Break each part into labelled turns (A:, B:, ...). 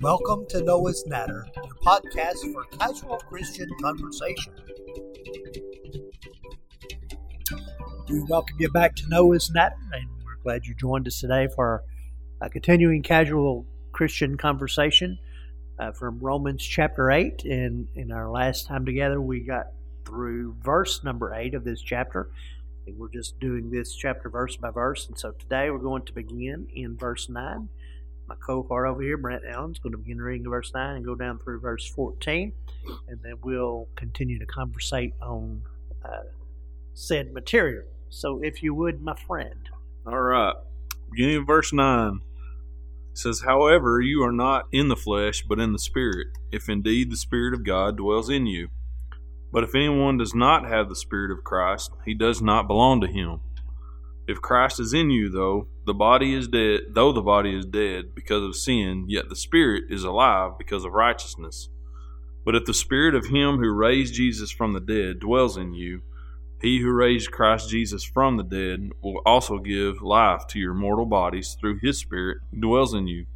A: Welcome to Noah's Natter, your podcast for casual Christian conversation. We welcome you back to Noah's Natter, and we're glad you joined us today for a continuing casual Christian conversation uh, from Romans chapter 8. And in our last time together, we got through verse number 8 of this chapter. And we're just doing this chapter verse by verse. And so today we're going to begin in verse 9 my cohort over here, Brent Allen's going to begin reading verse 9 and go down through verse 14, and then we'll continue to conversate on uh, said material. So, if you would, my friend.
B: All right. Beginning of verse 9 it says, However, you are not in the flesh, but in the Spirit, if indeed the Spirit of God dwells in you. But if anyone does not have the Spirit of Christ, he does not belong to him. If Christ is in you, though, the body is dead, though the body is dead because of sin, yet the Spirit is alive because of righteousness. But if the Spirit of Him who raised Jesus from the dead dwells in you, He who raised Christ Jesus from the dead will also give life to your mortal bodies through His Spirit who dwells in you.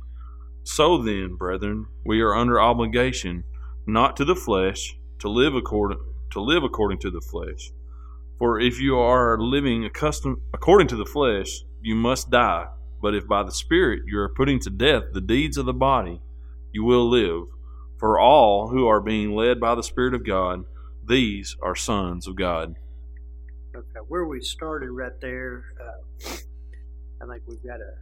B: So then, brethren, we are under obligation, not to the flesh, to live according to live according to the flesh. For if you are living accustomed according to the flesh, you must die. But if by the Spirit you are putting to death the deeds of the body, you will live. For all who are being led by the Spirit of God, these are sons of God.
A: Okay, where we started right there, uh, I think we've got a,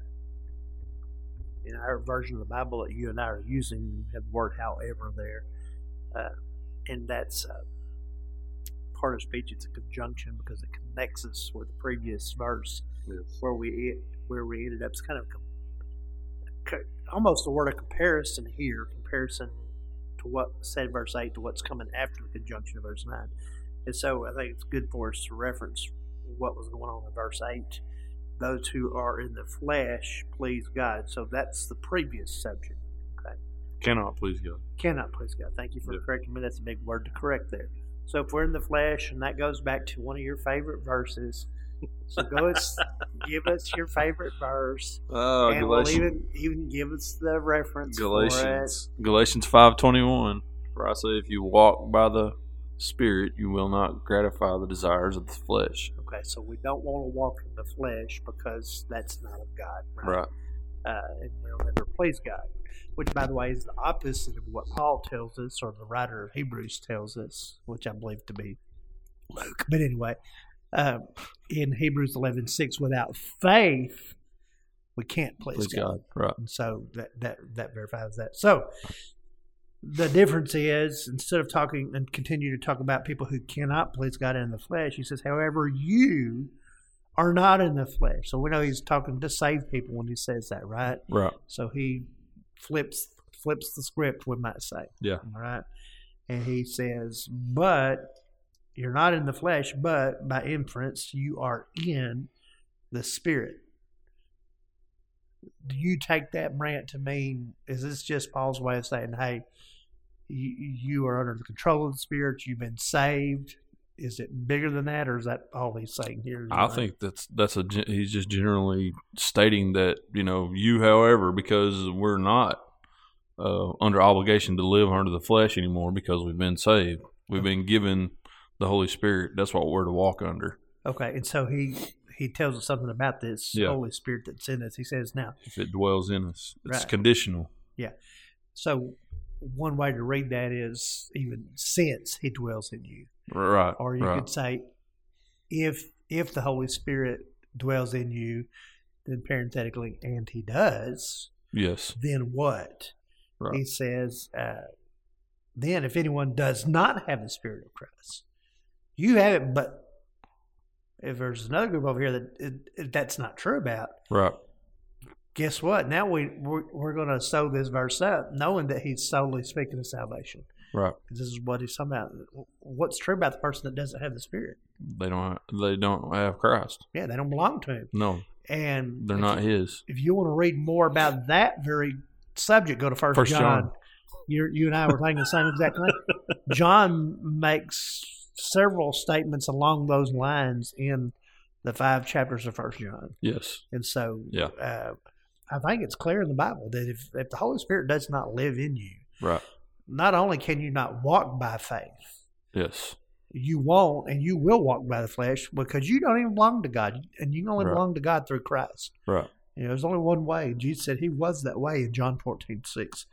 A: in our version of the Bible that you and I are using, we have the word however there. Uh, and that's uh, part of speech, it's a conjunction because it connects us with the previous verse where we where we ended up. It's kind of com- almost a word of comparison here, comparison to what said verse eight to what's coming after the conjunction of verse nine. And so I think it's good for us to reference what was going on in verse eight. Those who are in the flesh please God. So that's the previous subject. Okay
B: Cannot please God.
A: cannot please God. Thank you for
B: Yeah.
A: correcting me. That's a big word to correct there. So if we're in the flesh, and that goes back to one of your favorite verses. So go us, give us your favorite verse,
B: Oh,
A: and we'll even even give us the reference
B: Galatians Galatians five twenty one. For I say, if you walk by the Spirit, you will not gratify the desires of the flesh.
A: for it. Okay, so we don't want to walk in the flesh because that's not of God, right?
B: Right.
A: uh, and will never please God. Which, by the way, is the opposite of what Paul tells us, or the writer of Hebrews tells us, which I believe to be Luke. But anyway, um, in Hebrews eleven six, without faith, we can't please,
B: Please
A: God.
B: God. Right.
A: And so that, that that verifies that. So the difference is instead of talking and continue to talk about people who cannot please God in the flesh, he says, however, you are not in the flesh. So we know he's talking to save people when he says that, right?
B: Right.
A: So he flips flips the script, we might say.
B: Yeah.
A: All right. And he says, But you're not in the flesh, but by inference you are in the spirit. Do you take that Brant to mean is this just Paul's way of saying, Hey, you, you are under the control of the spirit, you've been saved? Is it bigger than that, or is that all he's saying here?
B: I think that's that's a gen- he's just generally stating that you know you, however, because we're not uh, under obligation to live under the flesh anymore because we've been saved, we've been given the Holy Spirit. That's what we're to walk under.
A: Okay, and so he he tells us something about this
B: Yeah.
A: Holy Spirit that's in us. He says, "Now,
B: If it dwells in us, it's
A: Right.
B: conditional.
A: so one way to read that is even since He dwells in you,
B: Right.
A: or you
B: right.
A: could say, if if the Holy Spirit dwells in you, then parenthetically, and He does,
B: yes.
A: then what?"
B: Right.
A: He says, uh, "Then if anyone does not have the Spirit of Christ, you have it, but." If there's another group over here that it, it, that's not true about,
B: Right.
A: guess what? Now we we're, we're going to sew this verse up, knowing that he's solely speaking of salvation.
B: Right.
A: 'Cause This is what he's talking about. What's true about the person that doesn't have the Spirit?
B: They don't. Have, they don't have Christ.
A: Yeah, they don't belong to him.
B: No,
A: And
B: they're
A: if
B: not
A: You,
B: His.
A: if you want to read more about that very subject, go to First,
B: First
A: John.
B: John.
A: You're, you and I were thinking the same exact thing. John makes several statements along those lines in the five chapters of First John.
B: Yes.
A: And so,
B: Yeah.
A: uh, I think it's clear in the Bible that if, if the Holy Spirit does not live in you,
B: Right.
A: not only can you not walk by faith,
B: Yes.
A: you won't and you will walk by the flesh because you don't even belong to God and you only
B: Right.
A: belong to God through Christ.
B: Right.
A: You know, there's only one way. Jesus said he was that way in John fourteen six.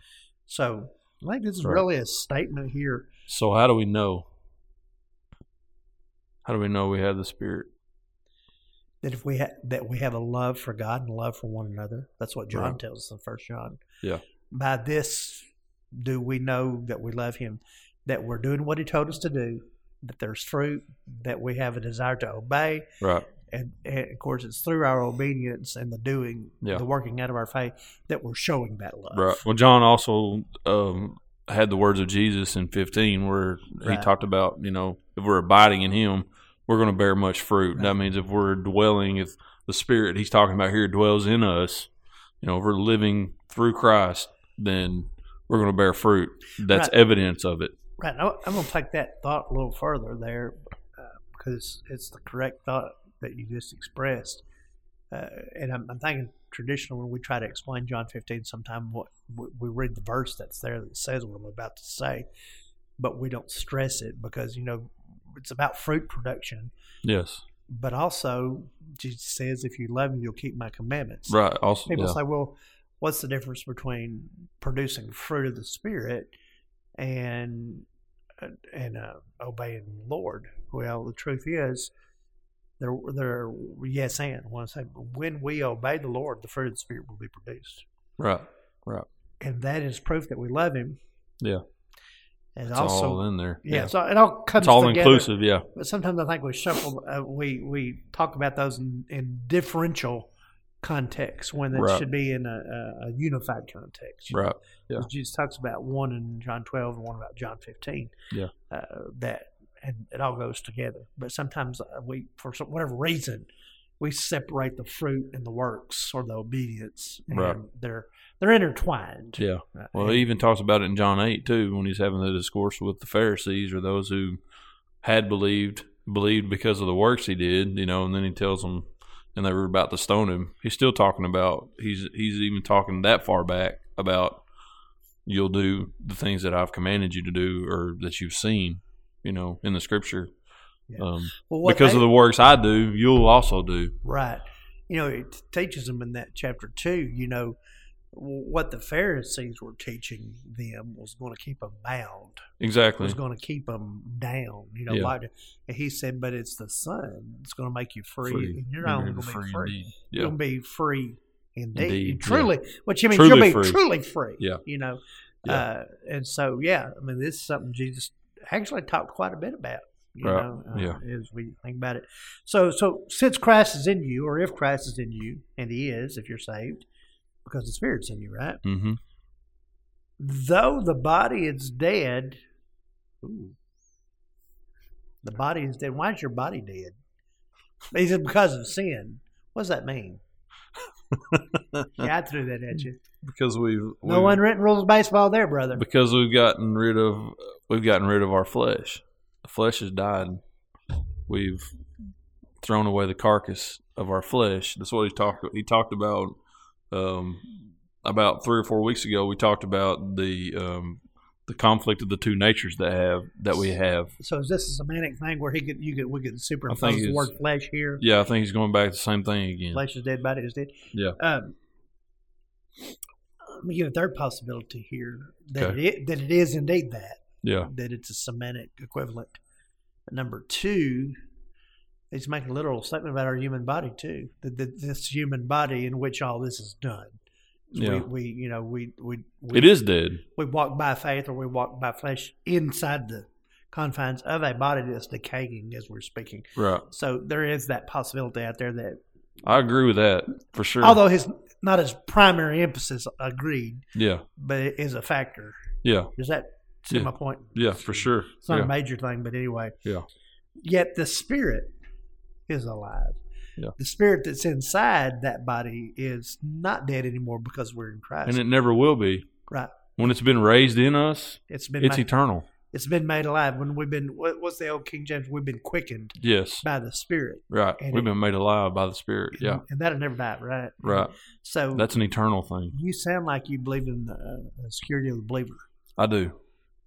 A: So I think this is
B: Right.
A: really a statement here.
B: So how do we know? How do we know we have the Spirit?
A: that if we ha- that we have a love for God and love for one another. That's what John
B: Right.
A: tells us in First John.
B: Yeah.
A: By this do we know that we love Him, that we're doing what He told us to do, that there's fruit, that we have a desire to obey,
B: Right.
A: and, and of course it's through our obedience and the doing,
B: Yeah.
A: the working out of our faith that we're showing that love.
B: Right. Well, John also um, had the words of Jesus in 15 where
A: Right.
B: he talked about, you know, if we're abiding in him, we're going to bear much fruit. That means if we're dwelling, if the Spirit he's talking about here dwells in us, you know, if we're living through Christ, then we're going to bear fruit. That's
A: Right.
B: evidence of it.
A: Right. I- I'm going to take that thought a little further there uh, because it's the correct thought that you just expressed. Uh, and I'm, I'm thinking traditional when we try to explain John 15, sometime what we, we read the verse that's there that says what I'm about to say, but we don't stress it because, you know, it's about fruit production.
B: Yes.
A: But also, Jesus says, if you love me, you'll keep my commandments.
B: Right. Also,
A: People
B: yeah.
A: say, well, what's the difference between producing fruit of the Spirit and and uh, obeying the Lord? Well, the truth is, there, there, yes, and when I say when we obey the Lord, the fruit of the Spirit will be produced,
B: right.
A: and that is proof that we love Him.
B: Yeah.
A: and
B: It's
A: also.
B: all in there.
A: yeah, so it all comes
B: It's all
A: together.
B: inclusive. Yeah.
A: But sometimes I think we shuffle, uh, we we talk about those in, in differential contexts when it
B: Right.
A: should be in a, a, a unified context. you know.
B: Right. yeah.
A: Jesus talks about one in John twelve and one about John fifteen.
B: Yeah.
A: uh, that and it all goes together. But sometimes uh, we, for some, whatever reason, we separate the fruit and the works or the obedience, and
B: Right.
A: they're they're intertwined.
B: Yeah.
A: Uh,
B: Well, e
A: and-
B: he even talks about it in John 8 too when he's having the discourse with the Pharisees or those who had believed believed because of the works he did, you know, and then he tells them and they were about to stone him. He's still talking about he's he's even talking that far back about you'll do the things that I've commanded you to do or that you've seen, you know, in the scripture.
A: Yeah.
B: Um,
A: well, what
B: because
A: they-
B: of the works I do, you'll also do.
A: Right. You know, it teaches them in that chapter two, you know, w- what the Pharisees were teaching them was going to keep them bound,
B: Exactly.
A: was going to keep them down. You know,
B: Yeah.
A: like, and he said, but it's the Son that's going to make you free. And you're
B: You're
A: not only going to be
B: free
A: free,
B: indeed.
A: you're
B: Yeah.
A: going to be free indeed.
B: Indeed,
A: And
B: yeah.
A: truly, which I mean,
B: Truly
A: you'll be
B: free.
A: truly free.
B: Yeah.
A: You know,
B: Yeah.
A: Uh, and so, yeah, I mean, this is something Jesus actually talked quite a bit about. You
B: Right.
A: know, uh,
B: Yeah.
A: as we think about it. So, so since Christ is in you, or if Christ is in you, and He is, if you're saved, because the Spirit's in you, right?
B: Mm-hmm.
A: Though the body is dead, ooh, the body is dead. Why is your body dead? He said because of sin. What does that mean? yeah, I threw that at you.
B: Because we've
A: No
B: we've-
A: unwritten rules of baseball there, brother.
B: because we've gotten rid of we've gotten rid of our flesh. The flesh has died. We've thrown away the carcass of our flesh. That's what he talked he talked about um, about three or four weeks ago. We talked about the um, the conflict of the two natures that have that we have.
A: So is this a semantic thing where he could you could we could
B: I
A: superimpose
B: think
A: the
B: it's-
A: word flesh here?
B: Yeah, I think he's going back to the same thing again.
A: Flesh is dead, body is dead.
B: Yeah.
A: Um, let me give a third possibility here that
B: Okay.
A: it, that it is indeed that
B: Yeah,
A: that it's a semantic equivalent. Number two, he's making a literal statement about our human body too. That, that this human body in which all this is done.
B: yeah.
A: We, we you know we we, we
B: It is dead.
A: we walk by faith or we walk by flesh inside the confines of a body that's decaying as we're speaking.
B: Right.
A: So there is that possibility out there that,
B: I agree with that for sure.
A: although his not his primary emphasis agreed,
B: yeah.
A: but it is a factor.
B: Yeah.
A: Does that see
B: Yeah.
A: my point?
B: Yeah, for sure.
A: It's not a
B: Yeah.
A: major thing, but anyway.
B: Yeah.
A: Yet the spirit is alive.
B: Yeah.
A: The spirit that's inside that body is not dead anymore because we're in Christ.
B: And it never will be.
A: right.
B: When it's been raised in us,
A: It's been
B: it's
A: made-
B: eternal.
A: it's been made alive when we've been what, what's the old King James? We've been quickened
B: Yes.
A: by the Spirit.
B: Right.
A: And it-
B: We've been made alive by the Spirit. Yeah.
A: and, and that'll never die, right?
B: Right.
A: So
B: That's an eternal thing.
A: you sound like you believe in the, uh, the security of the believer.
B: I do.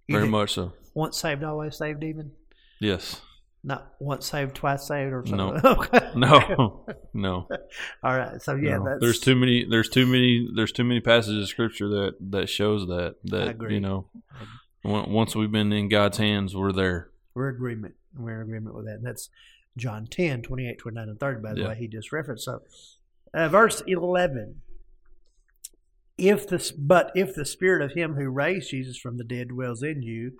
A: You
B: Very
A: think
B: much so.
A: Once saved, always saved. Even
B: Yes.
A: not once saved, twice saved, or something.
B: No.
A: Okay.
B: No. no.
A: All right. So yeah,
B: No.
A: that's
B: there's too many there's too many there's too many passages of scripture that that shows that that
A: agree.
B: you know on- once we've been in God's hands, we're there.
A: We're in agreement. We're in agreement with that. And that's John 10, 28, 29, and 30, by the
B: Yeah.
A: way, he just referenced. So, uh, verse 11. If this, but if the spirit of him who raised Jesus from the dead dwells in you,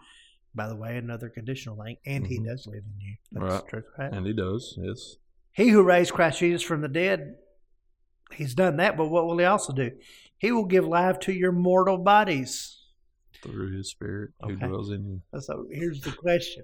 A: by the way, another conditional thing, and he
B: Mhm.
A: does live in you. That's
B: Right.
A: the truth, right?
B: And he does, yes.
A: He who raised Christ Jesus from the dead, he's done that, but what will he also do? He will give life to your mortal bodies.
B: Through his spirit
A: Okay.
B: who dwells in you.
A: So here's the question.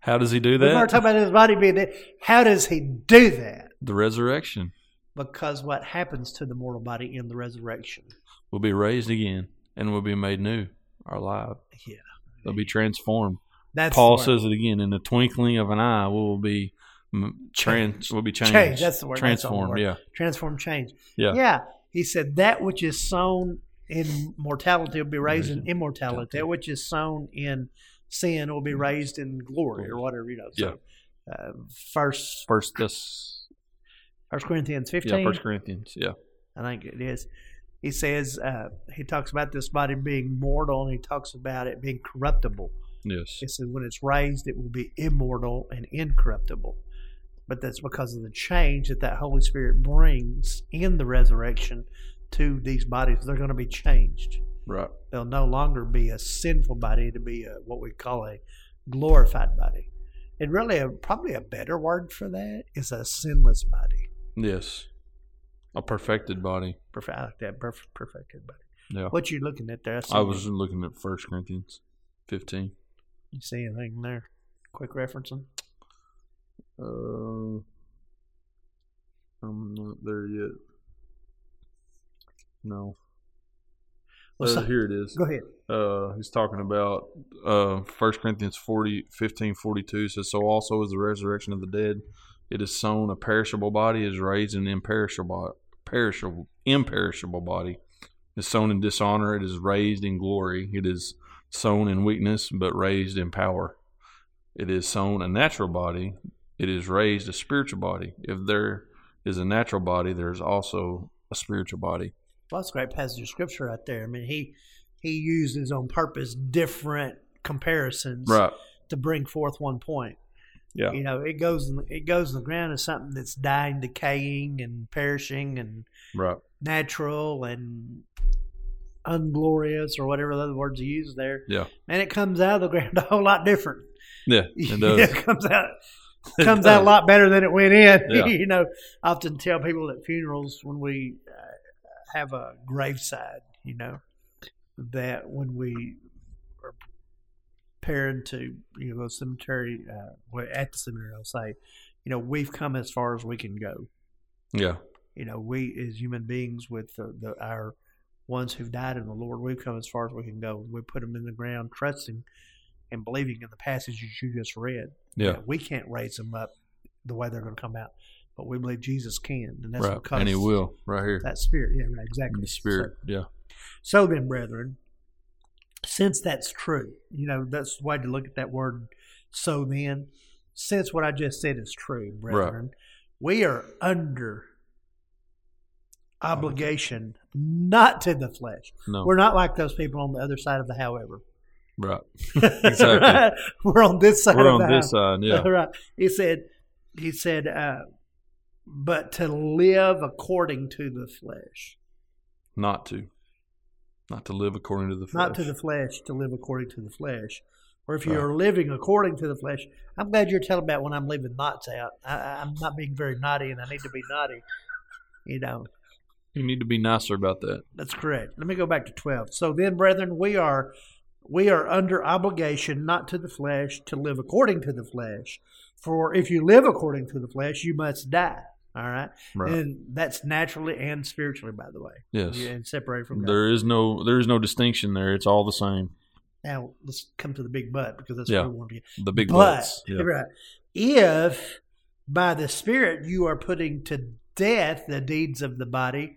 B: How does he do
A: We're
B: that?
A: talking about his body being dead. How does he do that?
B: the resurrection
A: because what happens to the mortal body in the resurrection.
B: will be raised again and will be made new, our life.
A: Yeah,
B: They'll be transformed.
A: that's
B: Paul
A: the word.
B: says it again. In the twinkling of an eye, we will be m- trans. Will be changed.
A: Change, that's the word, that's the
B: Transformed.
A: word.
B: Yeah.
A: transform change.
B: Yeah.
A: yeah. He said that which is sown in mortality will be raised in immortality. That which is sown in sin will be raised in Mm-hmm. glory or whatever you know. So, uh, first
B: First. That's
A: First Corinthians
B: yeah.
A: fifteen,
B: First Corinthians. Yeah.
A: I think it is. He says uh, he talks about this body being mortal, and he talks about it being corruptible.
B: Yes.
A: It says when it's raised, it will be immortal and incorruptible. But that's because of the change that that Holy Spirit brings in the resurrection to these bodies. They're going to be changed.
B: Right.
A: They'll no longer be a sinful body to be a, what we call a glorified body. And really, a, probably a better word for that is a sinless body.
B: Yes. A perfected body.
A: Perfect, I like that. Perf- perfected body.
B: Yeah.
A: What you looking at there? see
B: I
A: you-
B: was looking at First Corinthians, fifteen.
A: You see anything there? Quick referencing.
B: Uh, I'm not there yet. No.
A: Well,
B: Uh,
A: so-
B: here it is.
A: Go ahead.
B: uh, he's talking about uh, 1 Corinthians 40, 15, 42 says, So also is the resurrection of the dead. It is sown a perishable body, is raised an imperishable, perishable, imperishable body. It is sown in dishonor, it is raised in glory. It is sown in weakness, but raised in power. It is sown a natural body, it is raised a spiritual body. If there is a natural body, there is also a spiritual body.
A: Well, that's a great passage of scripture right there. I mean, he he uses on purpose different comparisons
B: Right.
A: to bring forth one point.
B: Yeah.
A: You know, it goes in, it goes in the ground as something that's dying, decaying, and perishing, and
B: Right.
A: natural and unglorious, or whatever the other words you use there.
B: Yeah.
A: And it comes out of the ground a whole lot different.
B: Yeah. It does.
A: it comes out
B: It
A: comes out a
B: does.
A: lot better than it went in.
B: Yeah.
A: you know, I often tell people at funerals when we uh, have a graveside, you know, that when we are preparing to, you know, go to cemetery, uh, well, at the cemetery, I'll say, you know, we've come as far as we can go.
B: Yeah.
A: You know, we as human beings with the, the, our ones who've died in the Lord, we've come as far as we can go. We put them in the ground, trusting and believing in the passages you just read.
B: Yeah.
A: Yeah, we can't raise them up the way they're going to come out, but we believe Jesus can, and that's
B: right.
A: because
B: And he will right here.
A: That spirit, yeah, right, exactly.
B: The spirit. Yeah.
A: So, so then, brethren, since that's true, you know that's the way to look at that word. So then, since what I just said is true, brethren, we are under obligation not to the flesh.
B: No.
A: We're not like those people on the other side of the however.
B: right. Exactly.
A: Right? We're on this side
B: We're
A: of the
B: on this
A: however.
B: side. Yeah.
A: right. He said, he said, uh, but to live according to the flesh,
B: Not to. Not to live according to the flesh.
A: not to the flesh, to live according to the flesh. Or if you're living according to the flesh, I'm glad you're telling about when I'm leaving knots out. I- I, I'm not being very naughty, and I need to be naughty. You know,
B: You need to be nicer about that.
A: that's correct. Let me go back to twelve. So then, brethren, we are we are under obligation not to the flesh to live according to the flesh. For if you live according to the flesh, you must die. All right.
B: Right.
A: And that's naturally and spiritually, by the way.
B: yes.
A: Yeah, and separated from God.
B: There is no there is no distinction there. It's all the same.
A: Now let's come to the big but because that's
B: Yeah.
A: what we want to get.
B: The big
A: But
B: butts. Yeah.
A: right, if by the Spirit you are putting to death the deeds of the body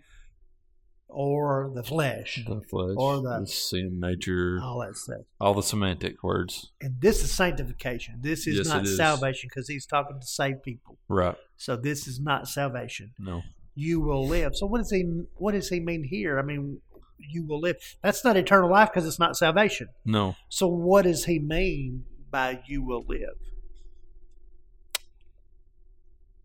A: or the flesh,
B: The flesh.
A: Or the- Oh.
B: the sin nature.
A: all that stuff.
B: All the semantic words.
A: And this is sanctification. This is
B: Yes,
A: not
B: it is.
A: salvation because he's talking to saved people.
B: Right.
A: So this is not salvation.
B: No.
A: you will live. So what does he what does he mean here? I mean, you will live. That's not eternal life because it's not salvation.
B: No.
A: So what does he mean by you will live?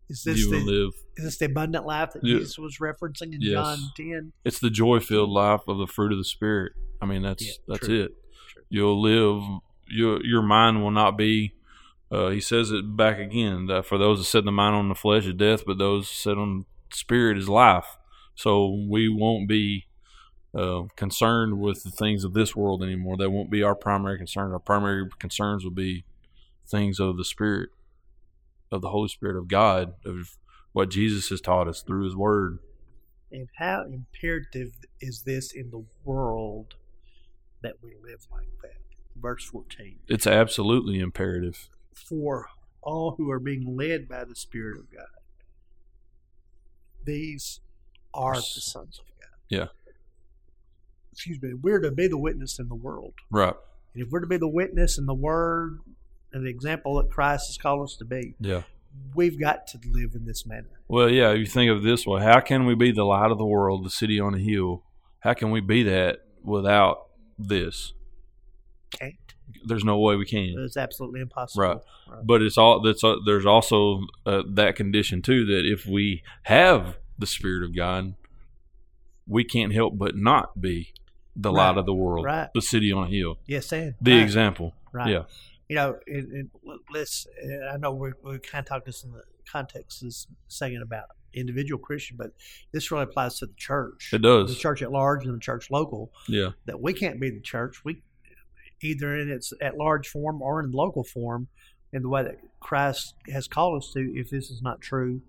A: Is this
B: You
A: the
B: will live.
A: is this the abundant life that
B: Yeah.
A: Jesus was referencing in
B: Yes.
A: John ten?
B: It's the joy filled life of the fruit of the spirit. I mean that's
A: Yeah,
B: that's
A: true.
B: it.
A: True.
B: You'll live your your mind will not be uh, he says it back again that for those that set the mind on the flesh is death, but those set on the spirit is life. So we won't be uh, concerned with the things of this world anymore. That won't be our primary concern. Our primary concerns will be things of the spirit, of the Holy Spirit of God, of what Jesus has taught us through His Word.
A: And how imperative is this in the world that we live like that? Verse fourteen.
B: It's absolutely imperative.
A: for all who are being led by the Spirit of God. These are the
B: Yes.
A: sons of God.
B: Yeah.
A: Excuse me. We're to be the witness in the world.
B: Right.
A: And if we're to be the witness in the word and the example that Christ has called us to be,
B: Yeah.
A: we've got to live in this manner.
B: Well, yeah, you think of it this way how can we be the light of the world, the city on a hill? How can we be that without this?
A: Can't.
B: There's no way we can.
A: It's absolutely impossible.
B: Right. But it's all that's uh, there's also uh, that condition too that if we have the spirit of God, we can't help but not be the
A: Right.
B: light of the world,
A: Right.
B: the city on a hill,
A: Yes, and
B: the
A: right.
B: example.
A: Right.
B: Yeah.
A: You know, and, and let's. and I know we're, we kind of talking this in the context of this saying about individual Christian, but this really applies to the church.
B: It
A: The
B: does.
A: church at large and the church local.
B: Yeah.
A: That we can't be the church. We either in its at large form or in local form, in the way that Christ has called us to. If this is not true,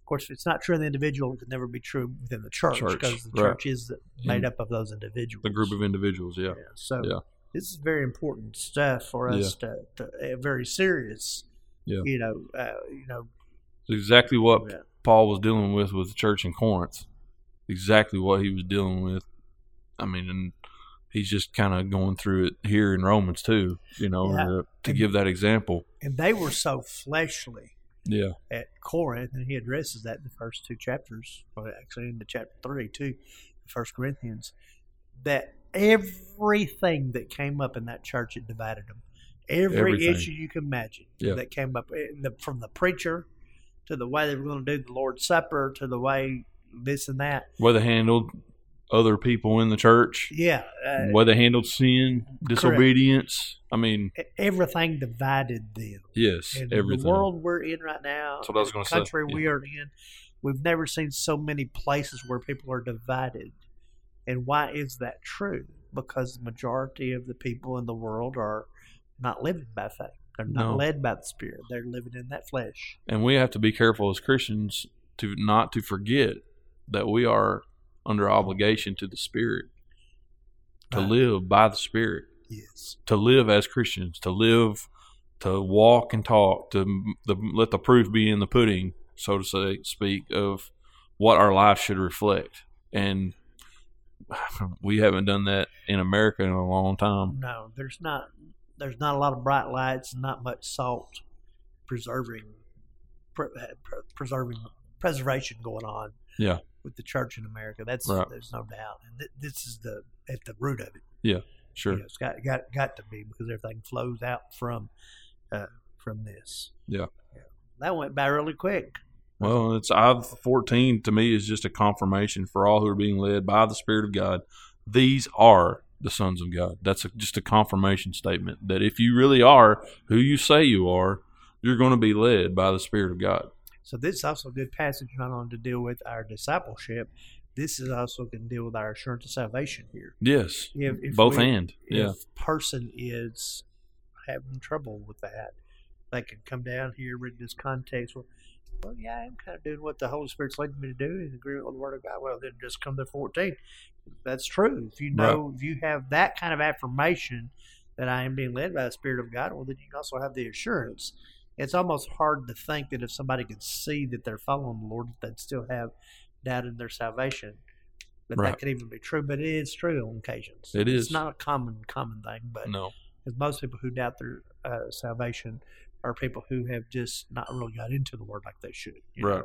A: of course, if it's not true in the individual, it could never be true within the church
B: Church,
A: because the
B: right.
A: church is made
B: In
A: up of those individuals.
B: The group of individuals. Yeah.
A: Yeah, So
B: Yeah.
A: this is very important stuff for us to, to uh, very serious.
B: Yeah.
A: You know, uh, you know,
B: It's exactly what
A: yeah,
B: Paul was dealing with with the church in Corinth. Exactly what he was dealing with. I mean, and he's just kind of going through it here in Romans too. You know,
A: Yeah.
B: to, to give that example.
A: and they were so fleshly
B: Yeah,
A: at Corinth, and he addresses that in the first two chapters, well, actually in the chapter three too, First Corinthians, that everything that came up in that church it divided them. Every
B: Everything.
A: issue you can imagine
B: Yeah.
A: that came up, in the, from the preacher to the way they were going to do the Lord's Supper to the way this and that.
B: way they handled other people in the church,
A: Yeah, uh,
B: way they handled sin, disobedience. I mean,
A: e-, everything divided them.
B: yes,
A: And
B: everything.
A: the world we're in right now,
B: That's what I was gonna
A: the
B: say,
A: country
B: yeah.
A: we are in, we've never seen so many places where people are divided. And why is that true? Because the majority of the people in the world are not living by faith. They're not
B: No.
A: led by the Spirit. They're living in that flesh.
B: and we have to be careful as Christians to not to forget that we are under obligation to the Spirit to
A: Right.
B: live by the Spirit.
A: Yes.
B: to live as Christians, to live, to walk and talk, to m- the, let the proof be in the pudding, so to say, speak of what our life should reflect. And we haven't done that in America in a long time.
A: No, there's not. There's not a lot of bright lights. Not much salt. Preserving, pre- pre- preserving, preservation going on.
B: Yeah.
A: With the church in America, that's
B: Right.
A: there's no doubt, and th- this is the at the root of it. You
B: Sure.
A: know, it's got got got to be because everything flows out from, uh, from this.
B: Yeah.
A: yeah. That went by really quick.
B: Well, it's I fourteen to me is just a confirmation for all who are being led by the Spirit of God. These are the sons of God. That's a, just a confirmation statement that if you really are who you say you are, you're going to be led by the Spirit of God.
A: So this is also a good passage not only to deal with our discipleship, this is also can deal with our assurance of salvation here.
B: Yes.
A: If, if
B: Both
A: we-
B: and. Yeah.
A: if person is having trouble with that, they can come down here, read this context. Well, well, yeah, I'm kind of doing what the Holy Spirit's leading me to do and agree with the Word of God. Well, then just come to 14. That's true. If you know, if you have that kind of affirmation that I am being led by the Spirit of God, well, then you can also have the assurance. It's almost hard to think that if somebody can see that they're following the Lord, that they'd still have doubt in their salvation. That
B: Right.
A: that could even be true, but it is true on occasions.
B: It is.
A: It's not a common common thing, but
B: No.
A: because most people who doubt their uh, salvation are people who have just not really got into the Word like they should. you know?
B: Right.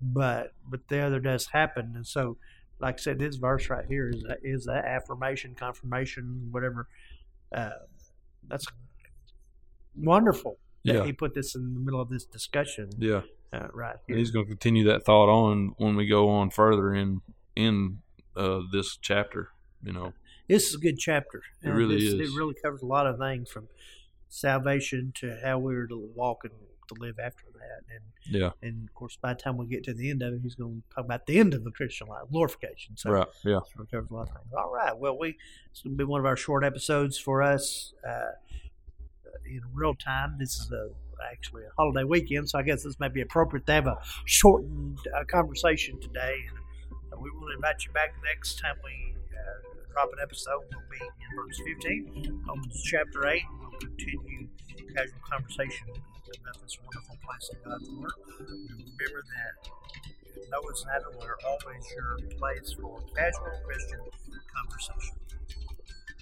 A: But but the other does happen, and so like I said, this verse right here is that, is that affirmation, confirmation, whatever. Uh, that's wonderful that
B: Yeah.
A: he put this in the middle of this discussion
B: Yeah.
A: uh, right
B: And
A: here.
B: he's going to continue that thought on when we go on further in in uh, this chapter. You know,
A: this is a good chapter. Uh,
B: It really
A: this-
B: is.
A: It really covers a lot of things from salvation to how we are to walk and to live after that. And
B: yeah,
A: and of course, by the time we get to the end of it, he's going to talk about the end of the Christian life, glorification. So
B: right, yeah,
A: so it covers a lot of things. All right. Well, we it's going to be one of our short episodes for us uh, in real time. This is a actually a holiday weekend, so I guess this may be appropriate to have a shortened uh, conversation today. And uh, we will invite you back next time we uh, drop an episode. We'll be in verse 15, Romans chapter 8. We'll continue casual conversation about this wonderful place of God's Word. And remember that Noah's and Adam are always your place for casual Christian conversation.